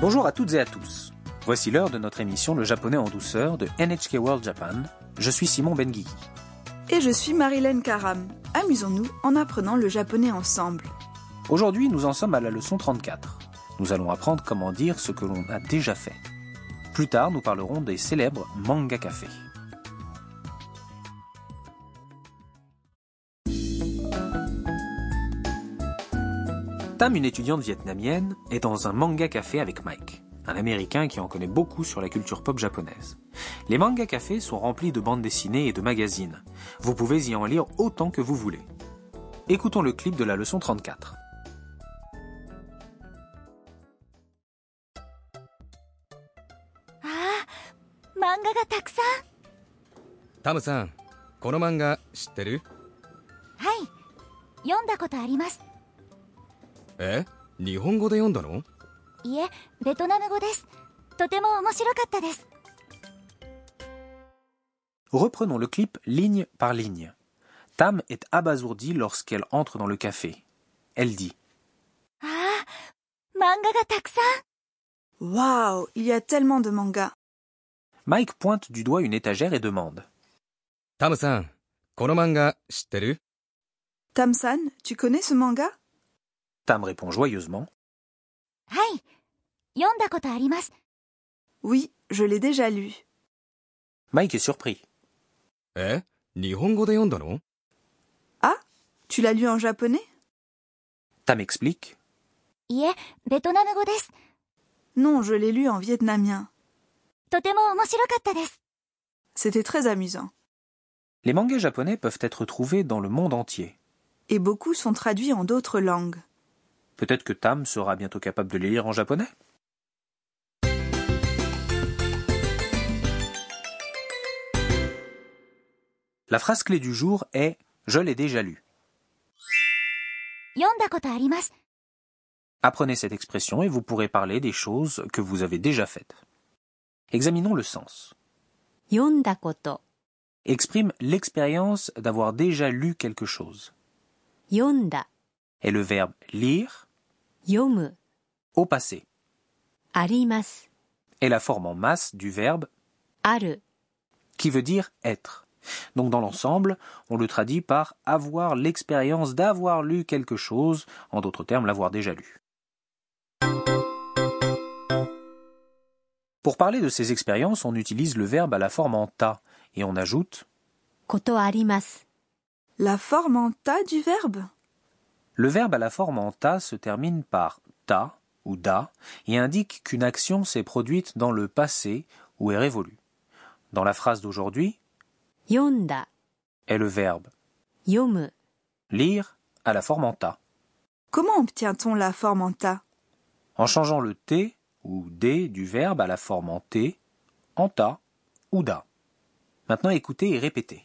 Bonjour à toutes et à tous. Voici l'heure de notre émission Le japonais en douceur de NHK World Japan. Je suis Simon Benguigui. Et je suis Marilène Karam. Amusons-nous en apprenant le japonais ensemble. Aujourd'hui, nous en sommes à la leçon 34. Nous allons apprendre comment dire ce que l'on a déjà fait. Plus tard, nous parlerons des célèbres manga café. Tam, une étudiante vietnamienne, est dans un manga café avec Mike, un américain qui en connaît beaucoup sur la culture pop japonaise. Les manga cafés sont remplis de bandes dessinées et de magazines. Vous pouvez y en lire autant que vous voulez. Écoutons le clip de la leçon 34. 漫画がたくさんタムさんこの漫画知ってるはい読んだことありますえ日本語で読んだのいえベトナム語ですとても面白かったです Reprenons le clip ligne par ligne. Tam est abasourdie lorsqu'elle entre dans le café. Elle dit ああ漫画がたくさん Waouh, il y a tellement de mangas. Mike pointe du doigt une étagère et demande タムさんこの漫画知ってる Tamsan, tu connais ce manga Tam répond joyeusement. はい読んだことあります Oui, je l'ai déjà lu. Mike est surpris. え日本語で読んだの Ah Tu l'as lu en japonais Tam explique. いえベトナム語です Non, je l'ai lu en vietnamien. とても面白かったです C'était très amusant. Les mangas japonais peuvent être trouvés dans le monde entier. Et beaucoup sont traduits en d'autres langues. Peut-être que Tam sera bientôt capable de les lire en japonais. La phrase clé du jour est Je l'ai déjà lu. 読んだことあります Apprenez cette expression et vous pourrez parler des choses que vous avez déjà faites. Examinons le sens. 読んだこと、 Exprime l'expérience d'avoir déjà lu quelque chose. 読んだ、 Et le verbe lire 読む、 au passé あります、 est la forme en masse du verbe ある、 qui veut dire être. Donc dans l'ensemble, on le traduit par avoir l'expérience d'avoir lu quelque chose, en d'autres termes l'avoir déjà lu. Pour parler de ces expériences, on utilise le verbe à la forme en ta et on ajoute ことあります、 La forme en ta du verbe Le verbe à la forme en ta se termine par ta ou da et indique qu'une action s'est produite dans le passé ou est révolue. Dans la phrase d'aujourd'hui, 読んだ、 est le verbe 読む、 lire à la forme en ta. Comment obtient-on la forme en ta En changeant le t ou d du verbe à la forme en t, en ta ou da. Maintenant écoutez et répétez.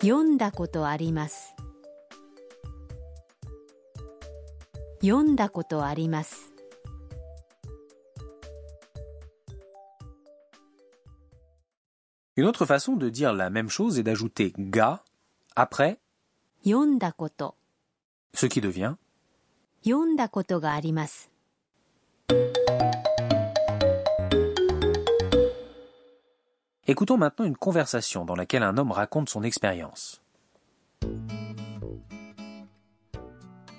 読んだことあります。読んだことあります。 Une autre façon de dire la même chose est d'ajouter ga après 読んだこと、 ce qui devient 読んだことがあります。 Écoutons maintenant une conversation dans laquelle un homme raconte son expérience.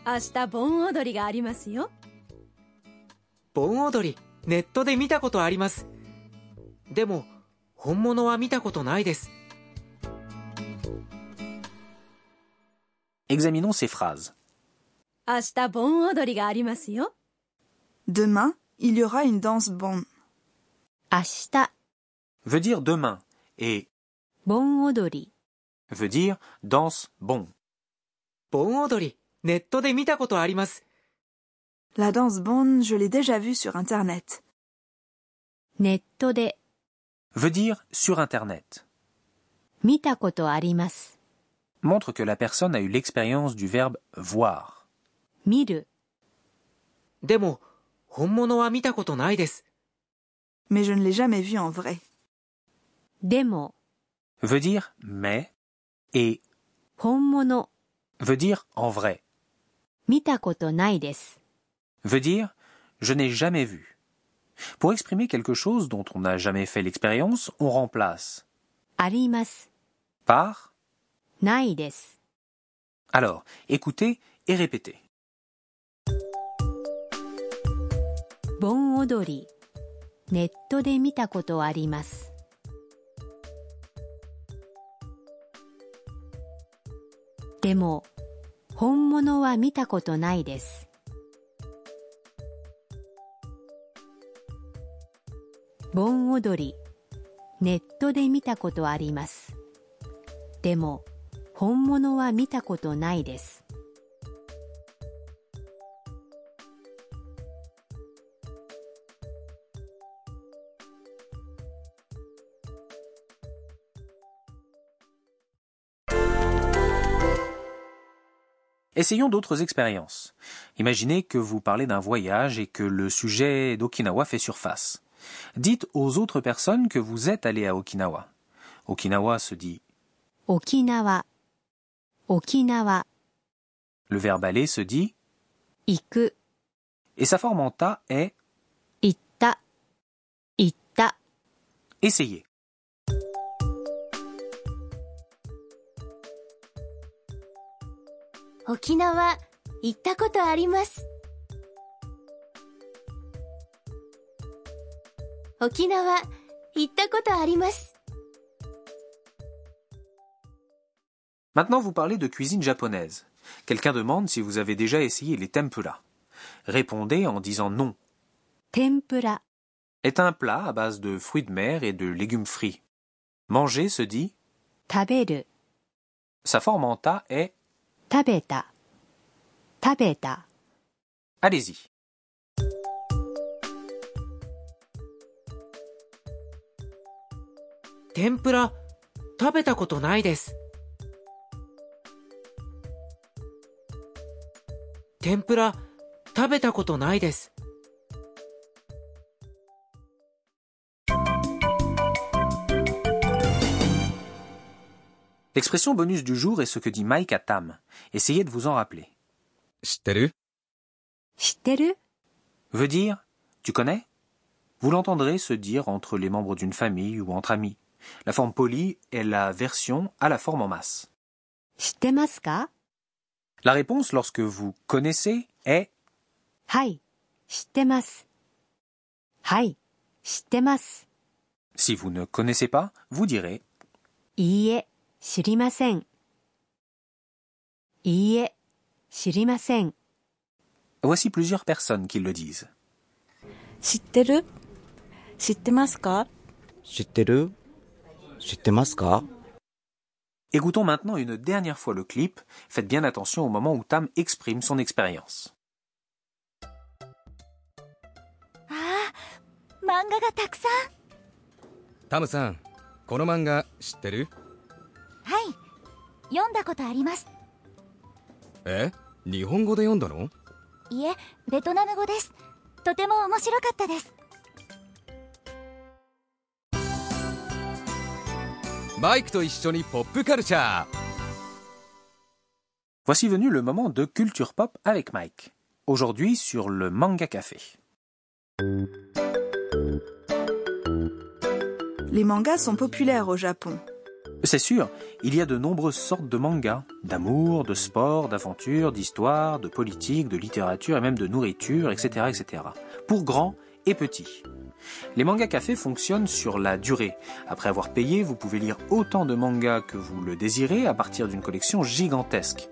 明日盆踊りがありますよ盆踊りネットで見たことありますでも本物は見たことないです Examinons ces phrases. 明日盆踊りがありますよ Demain, il y aura une danse bonne. 明日、 veut dire demain et 盆踊り、 veut dire danse bon. 盆踊りネットで見たことあります La danse bonne, je l'ai déjà vue sur Internet. ネットで veut dire sur internet. 見たことあります。 Montre que la personne a eu l'expérience du verbe voir. 見る、でも本物は見たことないです Mais je ne l'ai jamais vue en vrai. でも、 veut dire mais et 本物、 veut dire en vrai. 見たことないです。 veut dire je n'ai jamais vu. Pour exprimer quelque chose dont on n'a jamais fait l'expérience, on remplace あります。 par ないです。 alors. Écoutez et répétez. 盆踊り。ネットで見たことあります。でも、本物は見たことないです。盆踊り。ネットで見たことあります。でも、本物は見たことないです。 Essayons d'autres expériences. Imaginez que vous parlez d'un voyage et que le sujet d'Okinawa fait surface. Dites aux autres personnes que vous êtes allé à Okinawa. Okinawa se dit 沖縄沖縄 Le verbe aller se dit, 行く et sa forme en ta est 行った行った essayer. 「沖縄行ったことあります」「沖縄行ったことあります」 Maintenant, vous parlez de cuisine japonaise. Quelqu'un demande si vous avez déjà essayé les tempura. Répondez en disant non. 天ぷら Est un plat à base de fruits de mer et de légumes frits. Manger se dit, 食べる sa forme en ta est 食べた食べた allez-y. 天ぷら食べたことないです天ぷら食べたことないです L'expression bonus du jour est ce que dit Mike à Tam. Essayez de vous en rappeler. 知ってる知ってる Veut dire, tu connais? Vous l'entendrez se dire entre les membres d'une famille ou entre amis. La forme polie est la version à la forme en masse. 知ってますか La réponse lorsque vous connaissez est はい知ってますはい知ってます。 si vous ne connaissez pas, vous direz いいえ知りませんいいえ知りません voici plusieurs personnes qui le disent. 知ってる知ってますか知ってる知ってますか Écoutons maintenant une dernière fois le clip. Faites bien attention au moment où Tam exprime son expérience. ああ漫画がたくさんタムさんこの漫画知ってるはい読んだことありますえ日本語で読んだのいえベトナム語ですとても面白かったですマイクと一緒にポップカルチャー Voici venu le moment de culture pop avec Mike. Aujourd'hui sur le manga café. Les mangas sont populaires au Japon. C'est sûr, il y a de nombreuses sortes de mangas, d'amour, de sport, d'aventure, d'histoire, de politique, de littérature et même de nourriture, etc., etc. Pour grands et petits. Les mangas cafés fonctionnent sur la durée. Après avoir payé, vous pouvez lire autant de mangas que vous le désirez à partir d'une collection gigantesque.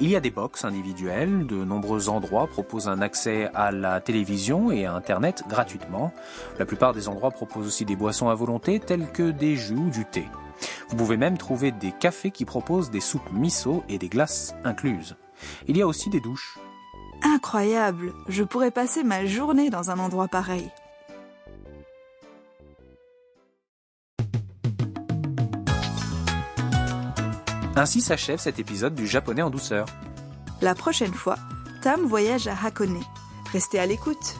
Il y a des box individuelles, de nombreux endroits proposent un accès à la télévision et à Internet gratuitement. La plupart des endroits proposent aussi des boissons à volonté telles que des jus ou du thé. Vous pouvez même trouver des cafés qui proposent des soupes miso et des glaces incluses. Il y a aussi des douches. Incroyable Je pourrais passer ma journée dans un endroit pareil. Ainsi s'achève cet épisode du Japonais en douceur. La prochaine fois, Tam voyage à Hakone. Restez à l'écoute